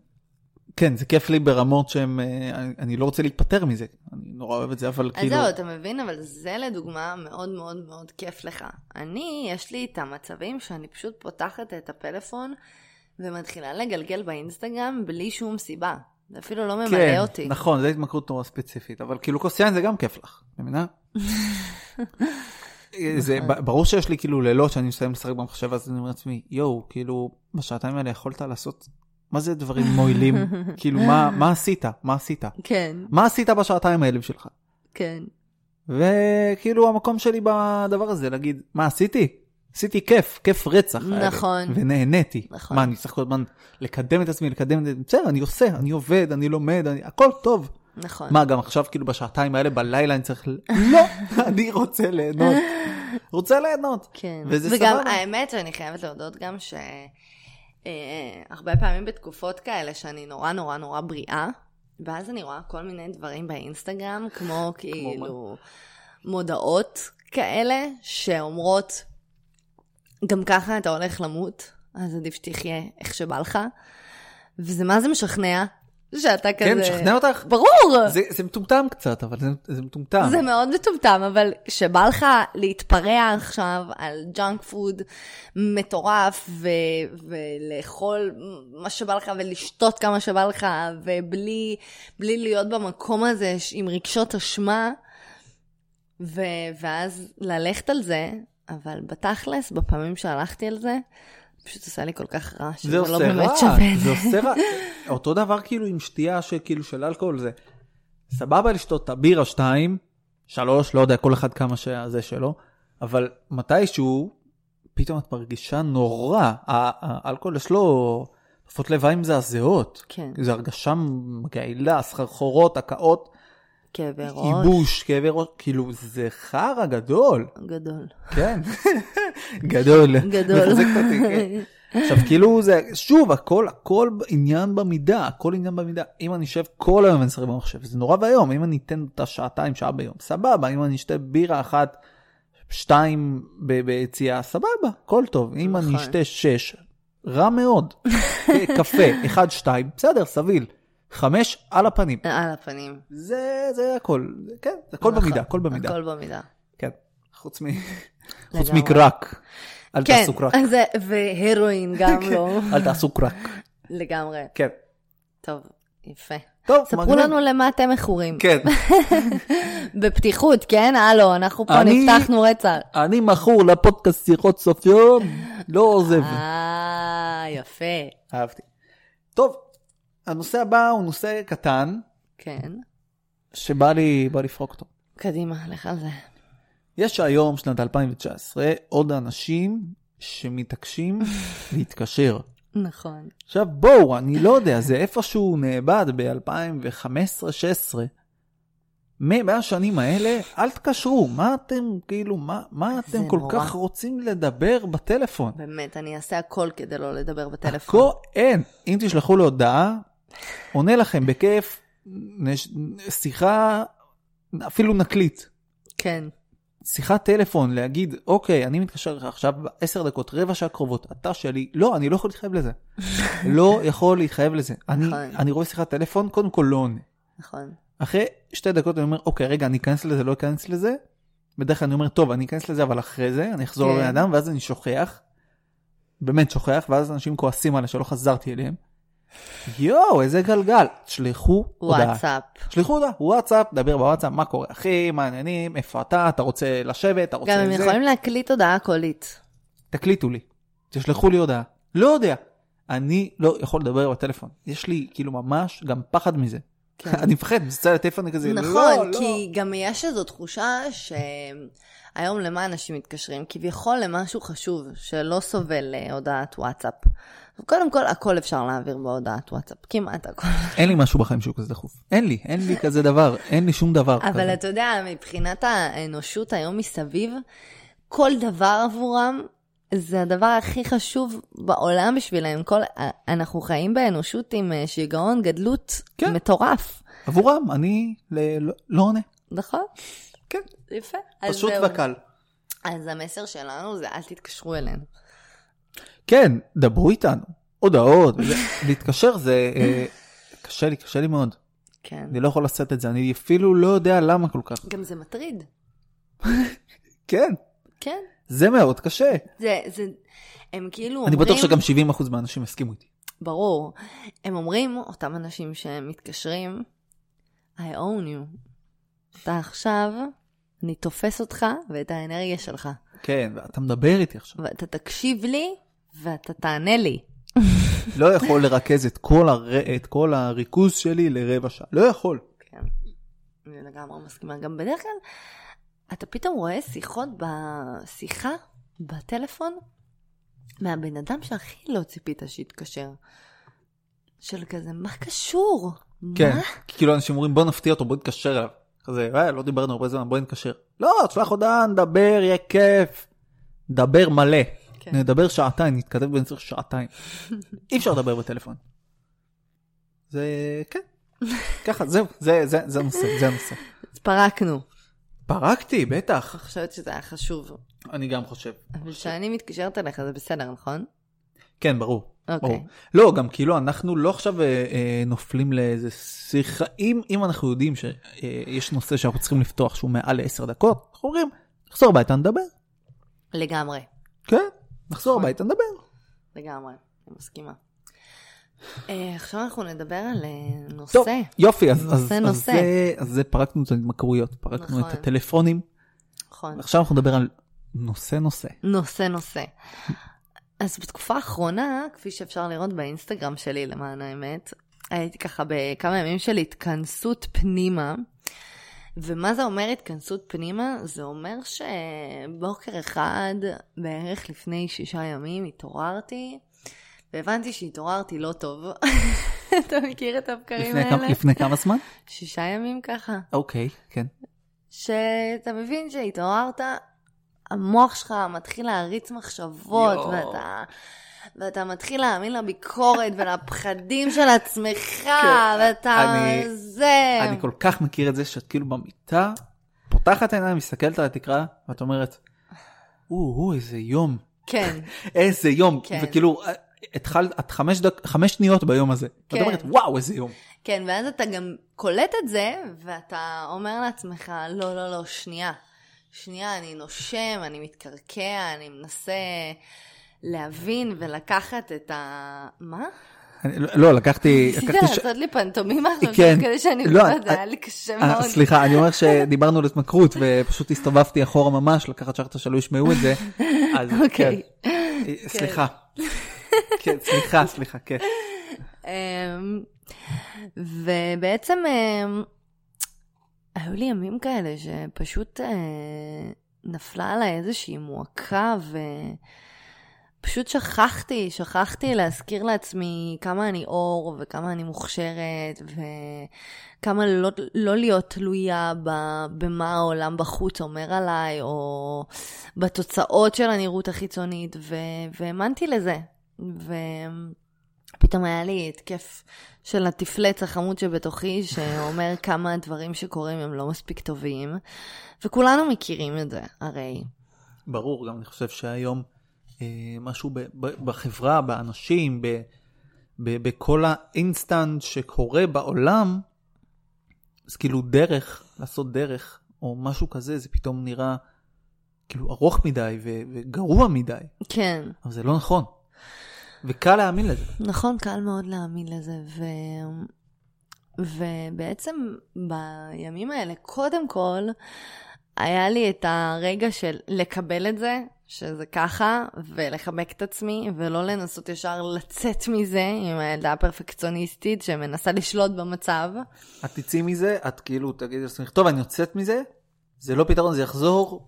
Speaker 1: כן, זה כיף לי ברמות שהם, אה, אני, אני לא רוצה להיפטר מזה, אני נורא אוהב את זה, אבל
Speaker 2: אז
Speaker 1: כאילו...
Speaker 2: זהו, אתה מבין? אבל זה לדוגמה מאוד מאוד מאוד כיף לך. אני, יש לי את המצבים שאני פשוט פותחת את הפלאפון ומתחילה לגלגל באינסטגרם בלי שום סיבה. זה אפילו לא ממלא
Speaker 1: כן,
Speaker 2: אותי.
Speaker 1: נכון, זו התמכרות נורא ספציפית, אבל כאילו כוס יין זה גם כיף לך, את מבינה? זה
Speaker 2: נכון.
Speaker 1: ב- ברור שיש לי כאילו לילות שאני מסיים לשחק במחשב אז אני אומר לעצמי יואו כאילו בשעתיים האלה יכולת לעשות מה זה דברים מועילים כאילו מה מה עשית מה עשית
Speaker 2: כן,
Speaker 1: מה עשית בשעתיים האלה בשבילך
Speaker 2: כן,
Speaker 1: וכאילו המקום שלי בדבר הזה להגיד מה עשיתי עשיתי כיף כיף רצח היה לי,
Speaker 2: נכון.
Speaker 1: ונהניתי
Speaker 2: נכון.
Speaker 1: מה אני צריך כל הזמן לקדם את עצמי לקדם את עצמי בסדר אני עושה אני עובד אני לומד אני- הכל טוב.
Speaker 2: נכון.
Speaker 1: מה, גם עכשיו כאילו בשעתיים האלה בלילה אני צריך... ל- לא, אני רוצה ליהנות. רוצה ליהנות.
Speaker 2: כן.
Speaker 1: וזה
Speaker 2: וגם
Speaker 1: סבבה.
Speaker 2: האמת שאני חייבת להודות גם ש... אה, הרבה פעמים בתקופות כאלה שאני נורא נורא נורא בריאה, ואז אני רואה כל מיני דברים באינסטגרם, כמו כאילו מודעות כאלה שאומרות, גם ככה אתה הולך למות, אז עדיף שתחיה איך שבא לך. וזה מה זה משכנע, שאתה כזה...
Speaker 1: כן, משכנע אותך?
Speaker 2: ברור!
Speaker 1: זה, זה מטומטם קצת, אבל זה, זה מטומטם.
Speaker 2: זה מאוד מטומטם, אבל כשבא לך להתפרע עכשיו על ג'אנק פוד מטורף, ו- ולאכול מה שבא לך, ולשתות כמה שבא לך, ובלי בלי להיות במקום הזה ש- עם רגשות אשמה, ו- ואז ללכת על זה, אבל בתכלס, בפעמים שהלכתי על זה, פשוט עושה לי כל כך רע, שזה
Speaker 1: זה
Speaker 2: לא
Speaker 1: עושה
Speaker 2: באמת
Speaker 1: רע,
Speaker 2: שווה את
Speaker 1: זה עושה רע. אותו דבר כאילו עם שתייה שכאילו של אלכוהול זה. סבבה לשתות את הבירה שתיים, שלוש, לא יודע, כל אחד כמה שזה שלו, אבל מתישהו, פתאום את מרגישה נורא. ה- האלכוהול יש לו תופעות לוואי מזעזעות.
Speaker 2: כן.
Speaker 1: זו הרגשה מגעילה, סחרחורות, הקאות,
Speaker 2: כאבי ראש
Speaker 1: ייבוש, כאבי ראש, כאילו זה חרא גדול.
Speaker 2: גדול.
Speaker 1: כן, גדול.
Speaker 2: גדול.
Speaker 1: מחזק אותי, כן. עכשיו כאילו זה, שוב, הכל, הכל עניין במידה, הכל עניין במידה. אם אני אשב כל היום ואני אשחק במחשב, זה נורא ואיום, אם אני אתן אותה שעתיים, שעה ביום, סבבה, אם אני אשתה בירה אחת, שתיים ב- ביציאה, סבבה, הכל טוב. אם אני
Speaker 2: נכון.
Speaker 1: אשתה שש, רע מאוד. קפה, אחד, שתיים, בסדר, סביל. חמש, על הפנים.
Speaker 2: על הפנים.
Speaker 1: זה, זה הכל, כן, הכל
Speaker 2: נכון.
Speaker 1: במידה, הכל במידה.
Speaker 2: הכל במידה.
Speaker 1: כן, חוץ מ... חוץ
Speaker 2: לגמרי.
Speaker 1: מקרק. אל
Speaker 2: כן,
Speaker 1: תעשו קרק.
Speaker 2: אז זה, והרואין גם
Speaker 1: כן.
Speaker 2: לא.
Speaker 1: אל תעשו קרק.
Speaker 2: לגמרי.
Speaker 1: כן.
Speaker 2: טוב, יפה.
Speaker 1: טוב,
Speaker 2: ספרו
Speaker 1: מגניב.
Speaker 2: לנו למה אתם מכורים.
Speaker 1: כן.
Speaker 2: בפתיחות, כן? הלו, אנחנו פה
Speaker 1: אני-
Speaker 2: נפתחנו רצח.
Speaker 1: אני מכור לפודקאסט שיחות סוף יום, לא עוזב.
Speaker 2: אה, יפה.
Speaker 1: אהבתי. טוב, הנושא הבא הוא נושא קטן,
Speaker 2: כן.
Speaker 1: שבא לי, בא לפרוק אותו.
Speaker 2: קדימה, לך על זה.
Speaker 1: יש היום, שנת 2019, עוד אנשים שמתעקשים להתקשר.
Speaker 2: נכון.
Speaker 1: עכשיו בואו, אני לא יודע, זה איפשהו נאבד ב-2015-2016. מאה השנים האלה, אל תקשרו, מה אתם, כאילו, מה, מה
Speaker 2: זה
Speaker 1: אתם כל
Speaker 2: נורא.
Speaker 1: כך רוצים לדבר בטלפון?
Speaker 2: באמת, אני אעשה הכל כדי לא לדבר בטלפון.
Speaker 1: כה אין. אם תשלחו לו הודעה, עונה לכם בכיף, נש... שיחה, אפילו נקליט.
Speaker 2: כן.
Speaker 1: שיחת טלפון, להגיד, אוקיי, אני מתקשר לך עכשיו עשר דקות, רבע שעה קרובות, אתה שלי, לא, אני לא יכול להתחייב לזה. לא יכול להתחייב לזה. אני,
Speaker 2: נכון.
Speaker 1: אני רואה שיחת טלפון, קודם כל לא עונה.
Speaker 2: נכון.
Speaker 1: אחרי שתי דקות אני אומר, אוקיי, רגע, אני אכנס לזה, לא אכנס לזה. בדרך כלל אני אומר, טוב, אני אכנס לזה, אבל אחרי זה, אני אחזור
Speaker 2: כן.
Speaker 1: לבן אדם, ואז אני שוכח. באמת שוכח, ואז אנשים כועסים עליי שלא חזרתי אליהם. יואו, איזה גלגל. תשלחו הודעה.
Speaker 2: וואטסאפ.
Speaker 1: שלחו הודעה, וואטסאפ, דבר בוואטסאפ, מה קורה, אחי, מה העניינים, איפה אתה, אתה רוצה לשבת, אתה רוצה
Speaker 2: גם הם
Speaker 1: אוקיי, זה,
Speaker 2: יכולים להקליט הודעה קולית.
Speaker 1: תקליטו לי, תשלחו לי הודעה. לא יודע, אני לא יכול לדבר בטלפון. יש לי כאילו ממש גם פחד מזה.
Speaker 2: כן.
Speaker 1: אני מפחד, מצטער לטלפון כזה, לא,
Speaker 2: נכון,
Speaker 1: לא.
Speaker 2: כי גם יש איזו תחושה שהיום למה אנשים מתקשרים? כביכול למשהו חשוב שלא סובל להודעת וואטסאפ. קודם כל, הכל אפשר להעביר בהודעת וואטסאפ, כמעט הכל.
Speaker 1: אין לי משהו בחיים שהוא כזה דחוף. אין לי, אין לי כזה דבר, אין לי שום דבר
Speaker 2: אבל
Speaker 1: כזה.
Speaker 2: אתה יודע, מבחינת האנושות היום מסביב, כל דבר עבורם זה הדבר הכי חשוב בעולם בשבילם. כל, אה, אנחנו חיים באנושות עם אה, שיגעון גדלות
Speaker 1: כן.
Speaker 2: מטורף,
Speaker 1: עבורם, אני ל- לא- לא עונה.
Speaker 2: נכון?
Speaker 1: כן,
Speaker 2: יפה. אז
Speaker 1: פשוט
Speaker 2: זהו.
Speaker 1: וקל.
Speaker 2: אז המסר שלנו זה אל תתקשרו אלינו.
Speaker 1: כן, דברו איתנו, הודעות, זה- להתקשר זה... אה, קשה לי, קשה לי מאוד.
Speaker 2: כן.
Speaker 1: אני לא יכול לשאת את זה, אני אפילו לא יודע למה כל כך.
Speaker 2: גם זה מטריד.
Speaker 1: כן,
Speaker 2: כן.
Speaker 1: זה מאוד קשה.
Speaker 2: זה, זה, הם כאילו
Speaker 1: אני
Speaker 2: אומרים,
Speaker 1: בטוח שגם 70% מהאנשים יסכימו איתי.
Speaker 2: ברור, הם אומרים, אותם אנשים שמתקשרים, I own you. אתה עכשיו, אני תופס אותך ואת האנרגיה שלך,
Speaker 1: כן, ואתה מדבר איתי עכשיו.
Speaker 2: ואתה תקשיב לי ואתה תענה לי.
Speaker 1: לא יכול לרכז את כל, הר... את כל הריכוז שלי לרבע שעה. לא יכול.
Speaker 2: כן, אני לגמרי מסכימה. גם בדרך כלל, אתה פתאום רואה שיחות בשיחה, בטלפון, מהבן אדם שהכי לא ציפית שיתקשר. של כזה, מה קשור?
Speaker 1: כן,
Speaker 2: מה?
Speaker 1: כי כאילו אנשים אומרים בוא נפתיע אותו, בוא נתקשר אליו. כזה, אה, לא דיברנו הרבה זמן, בוא נתקשר. לא, תשלח הודעה, נדבר, יהיה כיף. דבר מלא.
Speaker 2: כן.
Speaker 1: נדבר שעתיים, נתכתב בין צריך שעתיים. אי אפשר לדבר בטלפון. זה, כן, ככה, זהו, זה, זה, זה הנושא, זה הנושא.
Speaker 2: אז פרקנו.
Speaker 1: פרקתי, בטח.
Speaker 2: אני חושבת שזה היה חשוב.
Speaker 1: אני גם חושב.
Speaker 2: אבל כשאני מתקשרת אליך זה בסדר, נכון?
Speaker 1: כן, ברור.
Speaker 2: אוקיי.
Speaker 1: ברור. לא, גם כאילו אנחנו לא עכשיו אה, אה, נופלים לאיזה שיחה, אם, אם אנחנו יודעים שיש נושא שאנחנו צריכים לפתוח שהוא מעל לעשר דקות, אנחנו אומרים, נחזור הביתה נדבר.
Speaker 2: לגמרי.
Speaker 1: כן, נחזור הביתה נדבר.
Speaker 2: לגמרי. אני מסכימה. אה, עכשיו אנחנו נדבר על אה, נושא.
Speaker 1: טוב, יופי, אז, אז,
Speaker 2: נושא,
Speaker 1: אז,
Speaker 2: נושא.
Speaker 1: זה, אז זה פרקנו את ההתמכרויות, פרקנו
Speaker 2: נכון.
Speaker 1: את הטלפונים,
Speaker 2: נכון.
Speaker 1: ועכשיו אנחנו נדבר על נושא נושא.
Speaker 2: נושא נושא. אז בתקופה האחרונה, כפי שאפשר לראות באינסטגרם שלי, למען האמת, הייתי ככה בכמה ימים של התכנסות פנימה. ומה זה אומר התכנסות פנימה? זה אומר שבוקר אחד, בערך לפני שישה ימים, התעוררתי, והבנתי שהתעוררתי לא טוב. אתה מכיר את הבקרים
Speaker 1: לפני,
Speaker 2: האלה?
Speaker 1: כמה, לפני כמה זמן?
Speaker 2: שישה ימים ככה.
Speaker 1: אוקיי, כן.
Speaker 2: שאתה מבין שהתעוררת, המוח שלך מתחיל להריץ מחשבות,
Speaker 1: יואו.
Speaker 2: ואתה, ואתה מתחיל להאמין לביקורת ולפחדים של עצמך,
Speaker 1: כן,
Speaker 2: ואתה
Speaker 1: אני-
Speaker 2: זה...
Speaker 1: אני כל כך מכיר את זה שאת כאילו במיטה, פותחת עיניים, מסתכלת על התקרה, ואת אומרת, או, או, איזה יום,
Speaker 2: כן,
Speaker 1: איזה יום,
Speaker 2: כן.
Speaker 1: וכאילו, אה, התחלת, את חמש, דק, חמש שניות ביום הזה, ואת
Speaker 2: כן.
Speaker 1: אומרת, וואו, איזה יום.
Speaker 2: כן, ואז אתה גם קולט את זה, ואתה אומר לעצמך, לא, לא, לא, שנייה. שנייה, אני נושם, אני מתקרקע, אני מנסה להבין ולקחת את ה... מה?
Speaker 1: אני, לא- לא, לקחתי,
Speaker 2: ניסית
Speaker 1: לקחתי, ש...
Speaker 2: לעשות כן, לי פנטומימה עכשיו,
Speaker 1: כן.
Speaker 2: תוך כדי שאני
Speaker 1: לא,
Speaker 2: אומרת,
Speaker 1: אני-
Speaker 2: זה היה לי קשה
Speaker 1: אה,
Speaker 2: מאוד.
Speaker 1: סליחה, אני אומר שדיברנו על התמכרות ופשוט הסתובבתי אחורה ממש, לקחת שרצה שלא ישמעו את זה. אז
Speaker 2: אוקיי.
Speaker 1: כן. אה, סליחה. כן, סליחה, סליחה, כן.
Speaker 2: אמ, ובעצם אמ, היו לי ימים כאלה שפשוט אה, נפלה עליי איזושהי מועקה ופשוט שכחתי, שכחתי להזכיר לעצמי כמה אני אור וכמה אני מוכשרת וכמה לא, לא להיות תלויה ב, במה העולם בחוץ אומר עליי או בתוצאות של הנראות החיצונית ו, והאמנתי לזה. ו... פתאום היה לי התקף של התפלץ החמוד שבתוכי, שאומר כמה הדברים שקורים הם לא מספיק טובים. וכולנו מכירים את זה, הרי.
Speaker 1: ברור, גם אני חושב שהיום אה, משהו ב, ב, בחברה, באנשים, ב, ב, בכל האינסטנט שקורה בעולם, אז כאילו דרך, לעשות דרך, או משהו כזה, זה פתאום נראה כאילו ארוך מדי ו, וגרוע מדי,
Speaker 2: כן,
Speaker 1: אבל זה לא נכון. וקל להאמין לזה.
Speaker 2: נכון, קל מאוד להאמין לזה. ו... ובעצם בימים האלה, קודם כל, היה לי את הרגע של לקבל את זה, שזה ככה, ולחבק את עצמי, ולא לנסות ישר לצאת מזה עם הילדה הפרפקציוניסטית שמנסה לשלוט במצב.
Speaker 1: את תצאי מזה, את כאילו תגידי לעצמך, טוב, אני יוצאת מזה, זה לא פתרון, זה יחזור עוד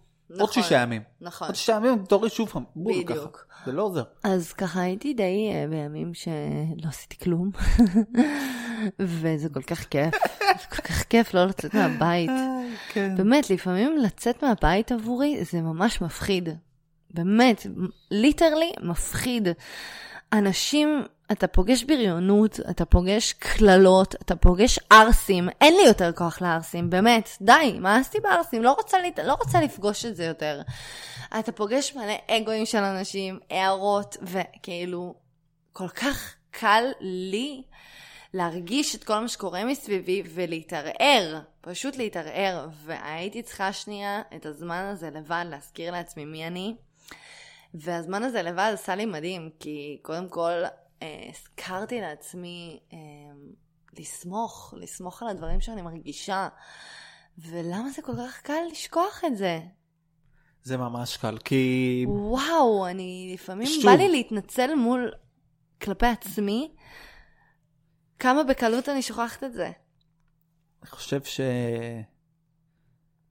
Speaker 2: נכון.
Speaker 1: שישה ימים.
Speaker 2: נכון.
Speaker 1: עוד שישה ימים, תורי שוב פעם, בול ככה.
Speaker 2: בדיוק.
Speaker 1: זה לא עוזר.
Speaker 2: אז ככה הייתי די אה, בימים שלא עשיתי כלום, וזה כל כך כיף, זה כל כך כיף לא לצאת מהבית.
Speaker 1: כן.
Speaker 2: באמת, לפעמים לצאת מהבית עבורי זה ממש מפחיד. באמת, ליטרלי מפחיד. אנשים, אתה פוגש בריונות, אתה פוגש קללות, אתה פוגש ערסים, אין לי יותר כוח לערסים, באמת, די, מאסתי בערסים, לא רוצה, לי, לא רוצה לפגוש את זה יותר. אתה פוגש מלא אגואים של אנשים, הערות, וכאילו, כל כך קל לי להרגיש את כל מה שקורה מסביבי ולהתערער, פשוט להתערער, והייתי צריכה שנייה את הזמן הזה לבד להזכיר לעצמי מי אני. והזמן הזה לבד עשה לי מדהים, כי קודם כל אה, הזכרתי לעצמי אה, לסמוך, לסמוך על הדברים שאני מרגישה. ולמה זה כל כך קל לשכוח את זה?
Speaker 1: זה ממש קל, כי...
Speaker 2: וואו, אני לפעמים
Speaker 1: שוב.
Speaker 2: בא לי להתנצל מול, כלפי עצמי, כמה בקלות אני שוכחת את זה.
Speaker 1: אני חושב ש...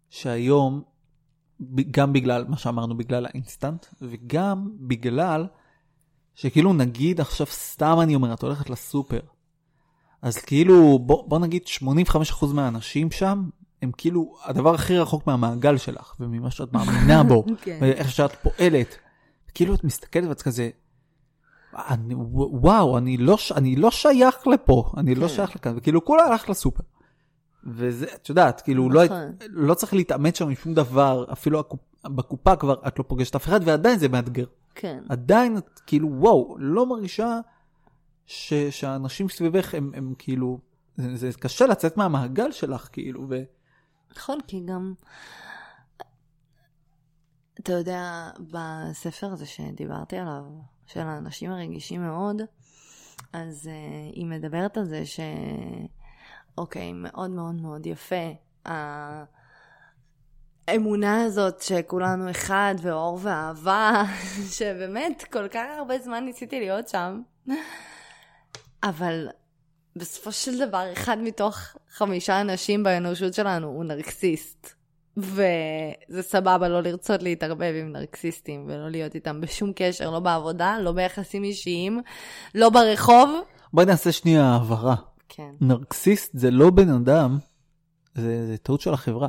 Speaker 1: שהיום, ב- גם בגלל מה שאמרנו, בגלל האינסטנט, וגם בגלל שכאילו נגיד עכשיו, סתם אני אומר, את הולכת לסופר, אז כאילו, בוא, בוא נגיד 85% מהאנשים שם, הם כאילו הדבר הכי רחוק מהמעגל שלך, וממה שאת מאמינה בו,
Speaker 2: כן.
Speaker 1: ואיך שאת פועלת. כאילו את מסתכלת ואת כזה, אני, וואו, אני לא, ש- אני לא שייך לפה, אני לא
Speaker 2: כן.
Speaker 1: שייך לכאן, וכאילו כולה הלך לסופר. וזה, את יודעת, כאילו לא, היית-
Speaker 2: נכון.
Speaker 1: לא צריך להתעמת שם עם שום דבר, אפילו הקופ- בקופה כבר את לא פוגשת אף אחד, ועדיין זה מאתגר.
Speaker 2: כן.
Speaker 1: עדיין את כאילו, וואו, לא מרגישה ש, שהאנשים סביבך הם, הם כאילו, זה, זה קשה לצאת מהמעגל שלך, כאילו, ו...
Speaker 2: נכון, כי גם... אתה יודע, בספר הזה שדיברתי עליו, של האנשים הרגישים מאוד, אז uh, היא מדברת על זה ש... אוקיי, מאוד מאוד מאוד יפה. האמונה הזאת שכולנו אחד, ואור ואהבה, שבאמת כל כך הרבה זמן ניסיתי להיות שם. אבל בסופו של דבר, אחד מתוך חמישה אנשים באנושות שלנו הוא נרקסיסט. וזה סבבה לא לרצות להתערבב עם נרקסיסטים ולא להיות איתם בשום קשר, לא בעבודה, לא ביחסים אישיים, לא ברחוב.
Speaker 1: בואי נעשה שנייה העברה.
Speaker 2: כן.
Speaker 1: נרקסיסט זה לא בן אדם, זה, זה טעות של החברה.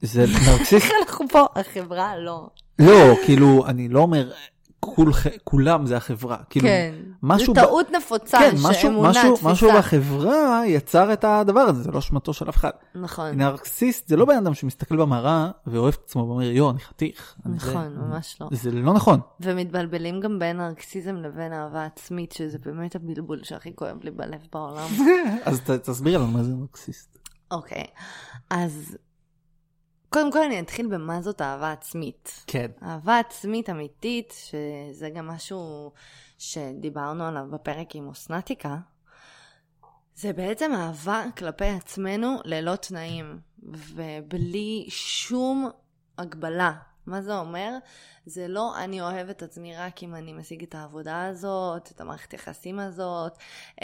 Speaker 1: זה נרקסיסט
Speaker 2: אנחנו פה, החברה לא.
Speaker 1: לא, כאילו, אני לא אומר, כול, כולם זה החברה. כאילו,
Speaker 2: כן.
Speaker 1: משהו ב-
Speaker 2: זו טעות נפוצה,
Speaker 1: כן,
Speaker 2: שאמונה,
Speaker 1: משהו,
Speaker 2: תפיסה.
Speaker 1: משהו בחברה יצר את הדבר הזה, זה לא אשמתו של אף אחד.
Speaker 2: נכון,
Speaker 1: נרקסיסט זה לא בן אדם שמסתכל במראה ואוהב את עצמו ואומר, יואו, אני חתיך. אני
Speaker 2: נכון,
Speaker 1: זה,
Speaker 2: ממש לא.
Speaker 1: זה לא נכון.
Speaker 2: ומתבלבלים גם בין נרקסיזם לבין אהבה עצמית, שזה באמת הבלבול שהכי כואב לי בלב בעולם.
Speaker 1: אז ת, תסבירי לנו מה זה נרקסיסט.
Speaker 2: אוקיי, אז קודם כל אני אתחיל במה זאת אהבה עצמית.
Speaker 1: כן.
Speaker 2: אהבה עצמית אמיתית, שזה גם משהו שדיברנו עליו בפרק עם אוסנטיקה, זה בעצם אהבה כלפי עצמנו ללא תנאים, ובלי שום הגבלה. מה זה אומר? זה לא אני אוהב את עצמי רק אם אני משיג את העבודה הזאת, את המערכת יחסים הזאת,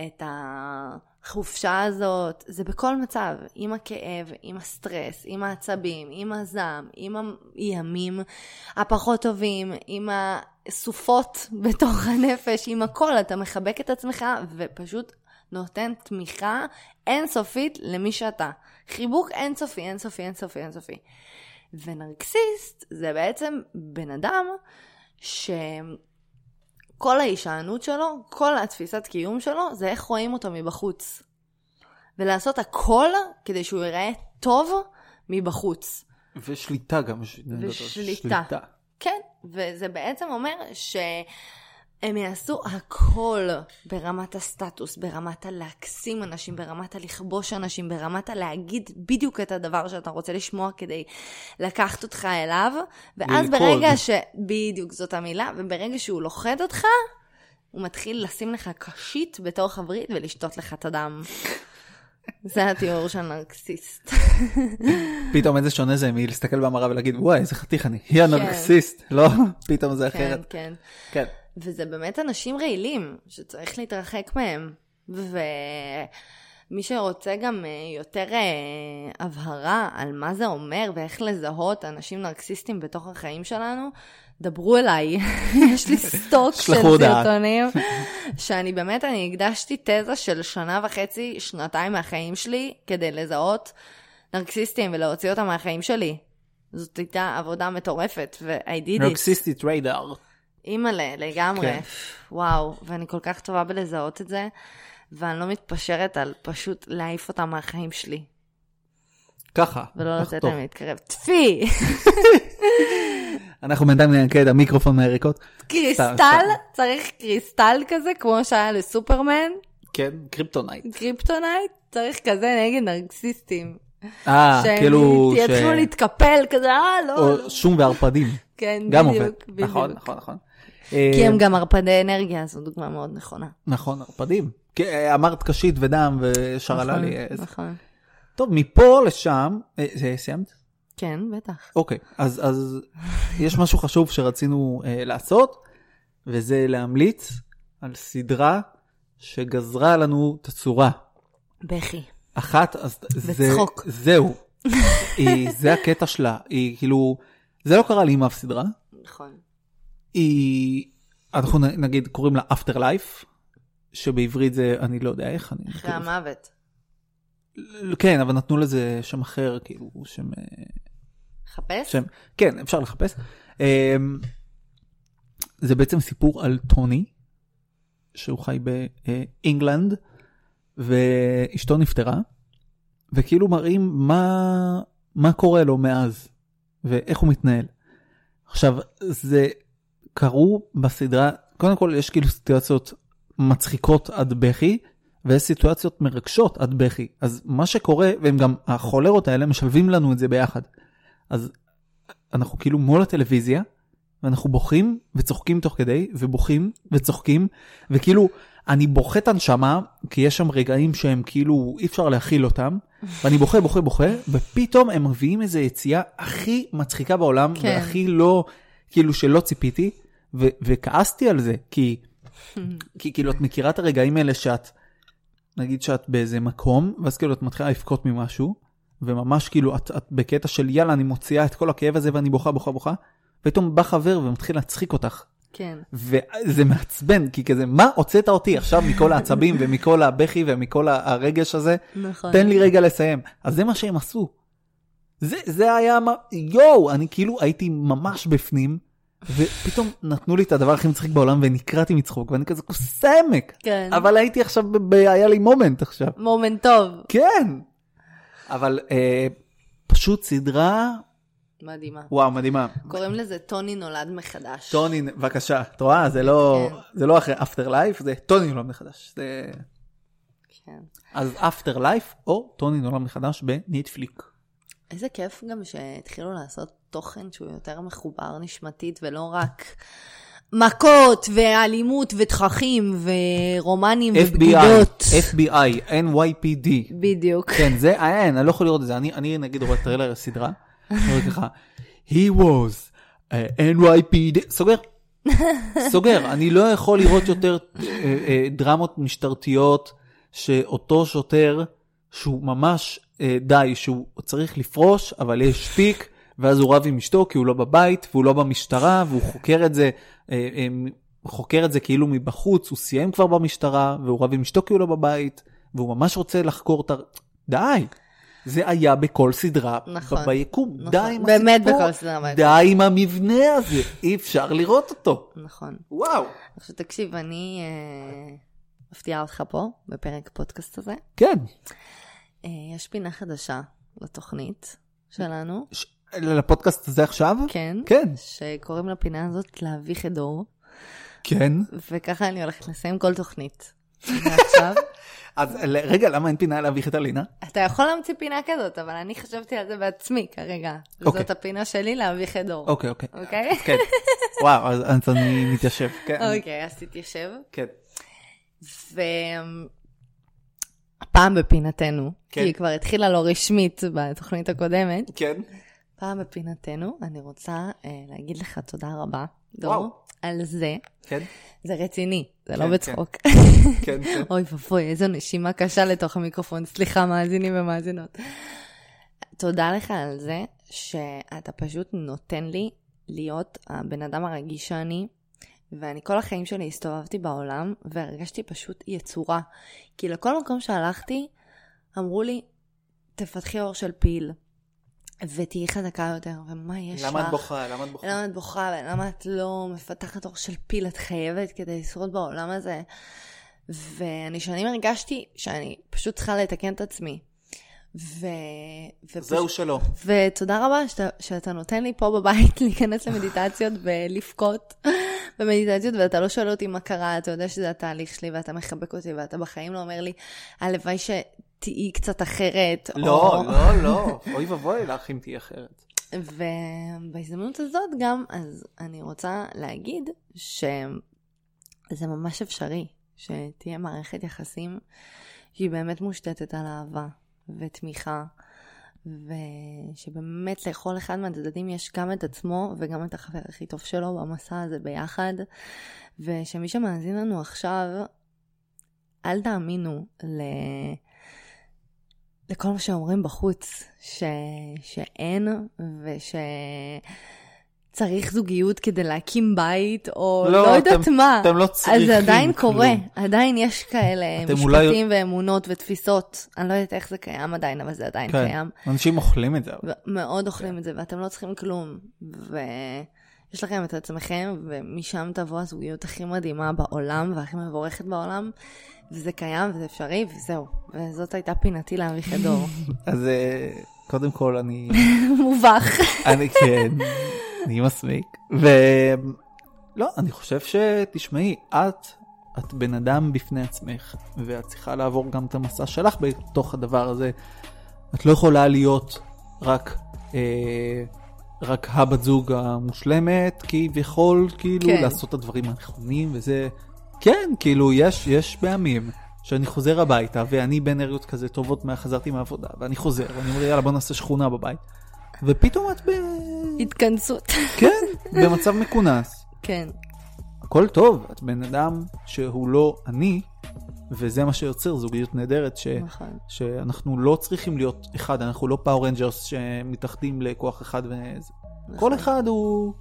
Speaker 2: את החופשה הזאת, זה בכל מצב, עם הכאב, עם הסטרס, עם העצבים, עם הזעם, עם הימים הפחות טובים, עם הסופות בתוך הנפש, עם הכל, אתה מחבק את עצמך ופשוט נותן תמיכה אינסופית למי שאתה. חיבוק אינסופי, אינסופי, אינסופי, אינסופי. ונרקסיסט זה בעצם בן אדם שכל ההישענות שלו, כל התפיסת קיום שלו, זה איך רואים אותו מבחוץ. ולעשות הכל כדי שהוא ייראה טוב מבחוץ.
Speaker 1: ושליטה גם. יש-
Speaker 2: ושליטה. כן, וזה בעצם אומר שהם יעשו הכל ברמת הסטטוס, ברמת הלהקסים אנשים, ברמת הלכבוש אנשים, ברמת הלהגיד בדיוק את הדבר שאתה רוצה לשמוע כדי לקחת אותך אליו, ואז
Speaker 1: ללכוד.
Speaker 2: ברגע ש... בדיוק, זאת המילה, וברגע שהוא לוכד אותך, הוא מתחיל לשים לך קשית בתוך הברית ולשתות לך את הדם. זה התיאור של נרקסיסט.
Speaker 1: פתאום איזה שונה זה מלהסתכל במראה ולהגיד, וואי, איזה חתיך אני. היא הנרקסיסט. לא, פתאום זה
Speaker 2: כן,
Speaker 1: אחרת.
Speaker 2: כן.
Speaker 1: כן.
Speaker 2: וזה באמת אנשים רעילים, שצריך להתרחק מהם. ומי שרוצה גם אה, יותר אה, הבהרה על מה זה אומר ואיך לזהות אנשים נרקסיסטים בתוך החיים שלנו, דברו אליי. יש לי סטוק של
Speaker 1: שלחו הודעה.
Speaker 2: סרטונים, שאני באמת, אני הקדשתי תזה של שנה וחצי, שנתיים מהחיים שלי, כדי לזהות נרקסיסטים ולהוציא אותם מהחיים שלי. זאת הייתה עבודה מטורפת, ו-I did it.
Speaker 1: נרקסיסטית ריידר.
Speaker 2: אימא'לה, לגמרי.
Speaker 1: כן.
Speaker 2: כן. וואו, ואני כל כך טובה בלזהות את זה, ואני לא מתפשרת על פשוט להעיף אותם מהחיים שלי,
Speaker 1: ככה.
Speaker 2: ולא
Speaker 1: כך
Speaker 2: לתת
Speaker 1: טוב.
Speaker 2: להם להתקרב. טפי! אנחנו
Speaker 1: אנחנו בינתיים ננקה את המיקרופון מהירקות.
Speaker 2: קריסטל,
Speaker 1: סתם.
Speaker 2: צריך קריסטל כזה, כמו שהיה לסופרמן,
Speaker 1: כן, קריפטונייט.
Speaker 2: קריפטונייט, צריך כזה נגד נרקסיסטים.
Speaker 1: אה,
Speaker 2: שהם
Speaker 1: כאילו... ש-
Speaker 2: יתחילו להתקפל כזה, אה, לא.
Speaker 1: או שום וערפדים.
Speaker 2: כן,
Speaker 1: גם עובד.
Speaker 2: בדיוק, בדיוק.
Speaker 1: נכון, נכון, נכון.
Speaker 2: כי
Speaker 1: אה,
Speaker 2: הם גם ערפדי אנרגיה, זו דוגמה מאוד נכונה.
Speaker 1: נכון, ערפדים. כי, אה, אמרת קשית ודם וישר עלה
Speaker 2: נכון,
Speaker 1: לי. אה, זה-
Speaker 2: נכון.
Speaker 1: טוב, מפה לשם... אה, זה- סיימת?
Speaker 2: כן, בטח.
Speaker 1: אוקיי, אז אז יש משהו חשוב שרצינו אה, לעשות, וזה להמליץ על סדרה שגזרה לנו את הצורה.
Speaker 2: בכי.
Speaker 1: אחת, אז זה,
Speaker 2: בצחוק.
Speaker 1: זהו. היא, זה הקטע שלה, היא כאילו, זה לא קרה לי עם אף סדרה,
Speaker 2: נכון.
Speaker 1: היא, אנחנו נ- נגיד קוראים לה after life, שבעברית זה, אני לא יודע איך, אני...
Speaker 2: אחרי המוות.
Speaker 1: כן, אבל נתנו לזה שם אחר, כאילו, שם... אה,
Speaker 2: חפש?
Speaker 1: שם כן, אפשר לחפש. אמ, זה בעצם סיפור על טוני, שהוא חי באינגלנד, ואשתו נפטרה, וכאילו מראים מה, מה קורה לו מאז, ואיך הוא מתנהל. עכשיו, זה קרו בסדרה, קודם כל יש כאילו סיטואציות מצחיקות עד בכי, ויש סיטואציות מרגשות עד בכי. אז מה שקורה, והם גם, החולרות האלה משלבים לנו את זה ביחד. אז אנחנו כאילו מול הטלוויזיה, ואנחנו בוכים וצוחקים תוך כדי, ובוכים וצוחקים, וכאילו, אני בוכה את הנשמה, כי יש שם רגעים שהם כאילו אי אפשר להכיל אותם, ואני בוכה, בוכה, בוכה, ופתאום הם מביאים איזה יציאה הכי מצחיקה בעולם,
Speaker 2: כן.
Speaker 1: והכי לא, כאילו שלא ציפיתי, ו- וכעסתי על זה, כי, כי כאילו את מכירה את הרגעים האלה שאת, נגיד שאת באיזה מקום, ואז כאילו את מתחילה לבכות ממשהו, וממש כאילו את, את בקטע של יאללה, אני מוציאה את כל הכאב הזה ואני בוכה, בוכה, בוכה, ופתאום בא חבר ומתחיל להצחיק אותך.
Speaker 2: כן.
Speaker 1: וזה מעצבן, כי כזה, מה הוצאת אותי עכשיו מכל העצבים ומכל הבכי ומכל ה- הרגש הזה?
Speaker 2: נכון.
Speaker 1: תן לי רגע לסיים. אז זה מה שהם עשו. זה, זה היה, מה- יואו, אני כאילו הייתי ממש בפנים, ופתאום נתנו לי את הדבר הכי מצחיק בעולם ונקרעתי מצחוק, ואני כזה כוס עמק.
Speaker 2: כן.
Speaker 1: אבל הייתי עכשיו, ב- ב- היה לי מומנט עכשיו.
Speaker 2: מומנט טוב.
Speaker 1: כן. אבל אה, פשוט סדרה,
Speaker 2: מדהימה.
Speaker 1: וואו, מדהימה.
Speaker 2: קוראים לזה טוני נולד מחדש.
Speaker 1: טוני, בבקשה, את רואה? זה לא,
Speaker 2: כן.
Speaker 1: זה לא אחרי אפטר לייף, זה טוני נולד מחדש. זה...
Speaker 2: כן.
Speaker 1: אז אפטר לייף או טוני נולד מחדש בנטפליק.
Speaker 2: איזה כיף גם שהתחילו לעשות תוכן שהוא יותר מחובר נשמתית ולא רק מכות ואלימות ותככים ורומנים
Speaker 1: FBI,
Speaker 2: ובגידות.
Speaker 1: FBI, NYPD.
Speaker 2: בדיוק.
Speaker 1: כן, זה, אה, אין, אני לא יכול לראות את זה. אני, אני נגיד רואה טריילר לסדרה, אני אומר ככה, he was uh, NYPD, סוגר. סוגר, אני לא יכול לראות יותר אה, אה, דרמות משטרתיות שאותו שוטר, שהוא ממש אה, די, שהוא צריך לפרוש, אבל יש פיק, ואז הוא רב עם אשתו כי הוא לא בבית, והוא לא במשטרה, והוא חוקר את זה. אה, אה, חוקר את זה כאילו מבחוץ, הוא סיים כבר במשטרה, והוא רב עם אשתו כי הוא לא בבית, והוא ממש רוצה לחקור את ה... די. זה היה בכל סדרה
Speaker 2: נכון.
Speaker 1: ב- ביקום.
Speaker 2: נכון.
Speaker 1: די עם
Speaker 2: באמת
Speaker 1: הסיפור,
Speaker 2: בכל סדרה ביקום.
Speaker 1: די עם המבנה הזה, אי אפשר לראות אותו.
Speaker 2: נכון.
Speaker 1: וואו.
Speaker 2: עכשיו תקשיב, אני אה, מפתיעה אותך פה, בפרק פודקאסט הזה.
Speaker 1: כן.
Speaker 2: אה, יש פינה חדשה לתוכנית שלנו.
Speaker 1: ש... לפודקאסט הזה עכשיו?
Speaker 2: כן.
Speaker 1: כן.
Speaker 2: שקוראים לפינה הזאת להביך את דור,
Speaker 1: כן.
Speaker 2: וככה אני הולכת לסיים כל תוכנית. ועכשיו,
Speaker 1: אז ל- רגע, למה אין פינה להביך את אלינה?
Speaker 2: אתה יכול להמציא פינה כזאת, אבל אני חשבתי על זה בעצמי כרגע.
Speaker 1: אוקיי.
Speaker 2: וזאת הפינה שלי להביך את דור.
Speaker 1: אוקיי, אוקיי.
Speaker 2: אוקיי?
Speaker 1: כן. וואו, אז, אז אני מתיישב. כן.
Speaker 2: אוקיי, אז תתיישב.
Speaker 1: כן.
Speaker 2: והפעם בפינתנו,
Speaker 1: כן.
Speaker 2: כי היא כבר התחילה לא רשמית בתוכנית הקודמת,
Speaker 1: כן.
Speaker 2: פעם בפינתנו, אני רוצה אה, להגיד לך תודה רבה,
Speaker 1: וואו.
Speaker 2: דור, על זה.
Speaker 1: כן.
Speaker 2: זה רציני, זה
Speaker 1: כן,
Speaker 2: לא בצחוק.
Speaker 1: כן. כן.
Speaker 2: אוי ואבוי, איזו נשימה קשה לתוך המיקרופון. סליחה, מאזינים ומאזינות. תודה לך על זה שאתה פשוט נותן לי להיות הבן אדם הרגיש שאני, ואני כל החיים שלי הסתובבתי בעולם, והרגשתי פשוט יצורה. כי לכל מקום שהלכתי, אמרו לי, תפתחי אור של פיל, ותהיי חזקה יותר, ומה יש לך?
Speaker 1: למה את בוכה? למה את בוכה?
Speaker 2: למה את בוכה ולמה את לא מפתחת אור של פיל, את חייבת כדי לשרוד בעולם הזה. ואני שנים הרגשתי שאני פשוט צריכה לתקן את עצמי. ו... ופשוט...
Speaker 1: זהו שלא.
Speaker 2: ותודה רבה שאתה, שאתה נותן לי פה בבית להיכנס למדיטציות ולבכות במדיטציות, ואתה לא שואל אותי מה קרה, אתה יודע שזה התהליך שלי, ואתה מחבק אותי, ואתה בחיים לא אומר לי, הלוואי שתהיי קצת אחרת.
Speaker 1: לא,
Speaker 2: או...
Speaker 1: לא, לא. אוי ואבוי לך אם תהיה אחרת.
Speaker 2: ובהזדמנות הזאת גם, אז אני רוצה להגיד שזה ממש אפשרי שתהיה מערכת יחסים שהיא באמת מושתתת על אהבה ותמיכה, ושבאמת לכל אחד מהצדדים יש גם את עצמו וגם את החבר הכי טוב שלו במסע הזה ביחד, ושמי שמאזין לנו עכשיו, אל תאמינו ל... לכל מה שאומרים בחוץ, ש... שאין ושצריך זוגיות כדי להקים בית, או
Speaker 1: לא,
Speaker 2: לא, לא
Speaker 1: אתם-
Speaker 2: יודעת מה.
Speaker 1: אתם לא
Speaker 2: אז
Speaker 1: צריכים
Speaker 2: זה עדיין
Speaker 1: כלום.
Speaker 2: קורה, עדיין יש כאלה
Speaker 1: אתם
Speaker 2: משפטים
Speaker 1: אולי-
Speaker 2: ואמונות ותפיסות. אני לא יודעת איך זה קיים עדיין, אבל זה עדיין
Speaker 1: כן.
Speaker 2: קיים.
Speaker 1: אנשים אוכלים את זה. אבל.
Speaker 2: ו- מאוד אוכלים את זה, ואתם לא צריכים כלום. יש לכם את עצמכם, ומשם תבוא הזוגיות הכי מדהימה בעולם והכי מבורכת בעולם, וזה קיים וזה אפשרי, וזהו. וזאת הייתה פינתי להאריך את דור.
Speaker 1: אז אה, קודם כל אני,
Speaker 2: מובך.
Speaker 1: אני כן, אני מסמיק. ולא, לא, אני חושב שתשמעי, את, את בן אדם בפני עצמך, ואת צריכה לעבור גם את המסע שלך בתוך הדבר הזה. את לא יכולה להיות רק... אה, רק הבת זוג המושלמת, כביכול, כאילו,
Speaker 2: כן.
Speaker 1: כן. לעשות את הדברים הנכונים, וזה... כן, כאילו, יש, יש פעמים שאני חוזר הביתה, ואני באנרגיות כזה טובות מה חזרתי מהעבודה, ואני חוזר, ואני אומר, יאללה, בוא נעשה שכונה בבית. ופתאום את ב...
Speaker 2: התכנסות.
Speaker 1: כן, במצב מכונס.
Speaker 2: כן.
Speaker 1: הכל טוב, את בן אדם שהוא לא אני, וזה מה שיוצר זוגיות נהדרת, ש...
Speaker 2: נכון.
Speaker 1: שאנחנו לא צריכים להיות אחד, אנחנו לא פאור רנג'רס שמתאחדים לכוח אחד וזה. כל אחד הוא,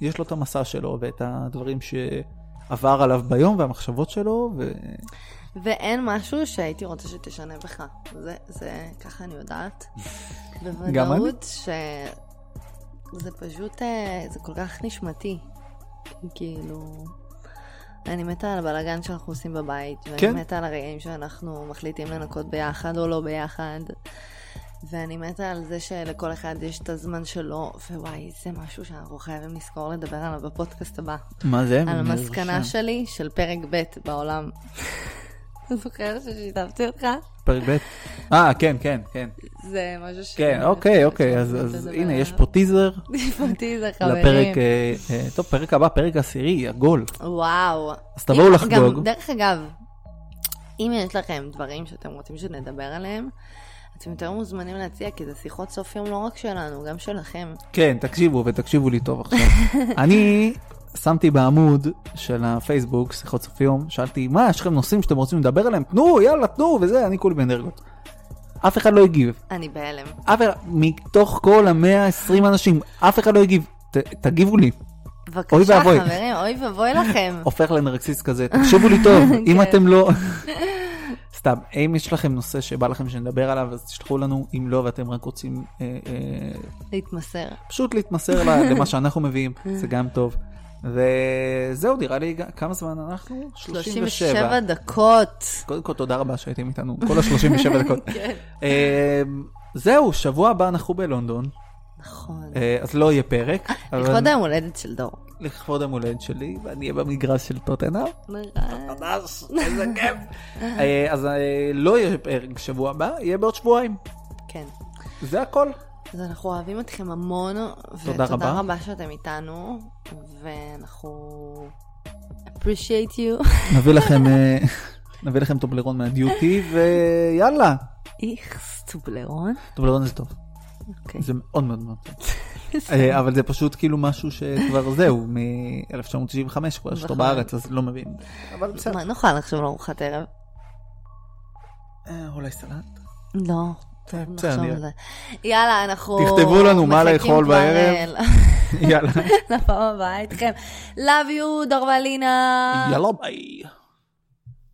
Speaker 1: יש לו את המסע שלו ואת הדברים שעבר עליו ביום והמחשבות שלו, ואני
Speaker 2: ואין משהו שהייתי רוצה שתשנה בך. זה, זה ככה אני יודעת.
Speaker 1: גם אני.
Speaker 2: בוודאות ש... זה פשוט, אה, זה כל כך נשמתי. כאילו... אני מתה על הבלאגן שאנחנו עושים בבית, ואני
Speaker 1: כן.
Speaker 2: מתה על הרגעים שאנחנו מחליטים לנקות ביחד או לא ביחד, ואני מתה על זה שלכל אחד יש את הזמן שלו, ווואי, זה משהו שאנחנו חייבים לזכור לדבר עליו בפודקאסט הבא.
Speaker 1: מה זה?
Speaker 2: על המסקנה שלי של פרק ב' בעולם. אתה זוכר ששיתפתי אותך?
Speaker 1: פרק ב'. אה, כן, כן, כן.
Speaker 2: זה משהו ש...
Speaker 1: כן, אוקיי, אוקיי, אז אז הנה, יש פה טיזר
Speaker 2: דיברתי זה חברים.
Speaker 1: לפרק, אה, אה, טוב, פרק הבא, פרק עשירי, עגול.
Speaker 2: וואו.
Speaker 1: אז תבואו
Speaker 2: אם-
Speaker 1: לחגוג.
Speaker 2: גם, דרך אגב, אם יש לכם דברים שאתם רוצים שנדבר עליהם, אתם יותר מוזמנים להציע, כי זה שיחות סוף יום לא רק שלנו, גם שלכם.
Speaker 1: כן, תקשיבו ותקשיבו לי טוב עכשיו. אני שמתי בעמוד של הפייסבוק, שיחות סוף יום, שאלתי, מה, יש לכם נושאים שאתם רוצים לדבר עליהם? תנו, יאללה, תנו, וזה, אני כולי באנרגיות. אף אחד לא הגיב.
Speaker 2: אני בהלם.
Speaker 1: אף אחד, מתוך כל המאה עשרים אנשים, אף אחד לא הגיב. ת, תגיבו לי.
Speaker 2: בבקשה,
Speaker 1: ואבוי.
Speaker 2: חברים, אוי ואבוי לכם.
Speaker 1: הופך לנרקסיסט כזה, תקשיבו לי טוב, אם
Speaker 2: כן.
Speaker 1: אתם לא... סתם, אם יש לכם נושא שבא לכם שנדבר עליו, אז תשלחו לנו, אם לא, ואתם רק רוצים אה, אה,
Speaker 2: להתמסר.
Speaker 1: פשוט להתמסר ל- למה שאנחנו מביאים,
Speaker 2: אה.
Speaker 1: זה גם טוב. וזהו, נראה לי, גם- כמה זמן אנחנו?
Speaker 2: 37 דקות.
Speaker 1: קודם כל, תודה רבה שהייתם איתנו, כל ה-37 דקות.
Speaker 2: כן.
Speaker 1: אה, זהו, שבוע הבא אנחנו בלונדון,
Speaker 2: נכון.
Speaker 1: אה, אז לא יהיה פרק. אבל-
Speaker 2: לכבוד היום הולדת של דור.
Speaker 1: לכבוד יום הולדת שלי, ואני אהיה במגרש של טוטנאם.
Speaker 2: נראה.
Speaker 1: ממש, איזה כיף. אה, אז אה, לא יהיה פרק שבוע הבא, יהיה בעוד שבועיים.
Speaker 2: כן.
Speaker 1: זה הכל.
Speaker 2: אז אנחנו אוהבים אתכם המון,
Speaker 1: רבה.
Speaker 2: ותודה רבה שאתם איתנו, ואנחנו... appreciate you.
Speaker 1: נביא לכם, אה, נביא לכם טובלרון מהדיוטי, ויאללה.
Speaker 2: איכס טובלרון.
Speaker 1: טובלרון זה טוב.
Speaker 2: אוקיי.
Speaker 1: זה מאוד מאוד מאוד טוב. אה, אבל זה פשוט כאילו משהו שכבר זהו, מ-1995, כבר יש אותו
Speaker 2: נכון.
Speaker 1: בארץ, אז לא מביאים. אבל בסדר.
Speaker 2: מה נאכל עכשיו לארוחת ערב?
Speaker 1: אה, אולי סלט?
Speaker 2: לא.
Speaker 1: בסדר,
Speaker 2: נחשוב
Speaker 1: אני-
Speaker 2: על זה. יאללה, אנחנו...
Speaker 1: תכתבו לנו מה
Speaker 2: מחכים
Speaker 1: לאכול
Speaker 2: כבר,
Speaker 1: בערב.
Speaker 2: אה,
Speaker 1: יאללה.
Speaker 2: לפעם הבאה איתכם. Love you, דור ואלינה.
Speaker 1: יאללה ביי.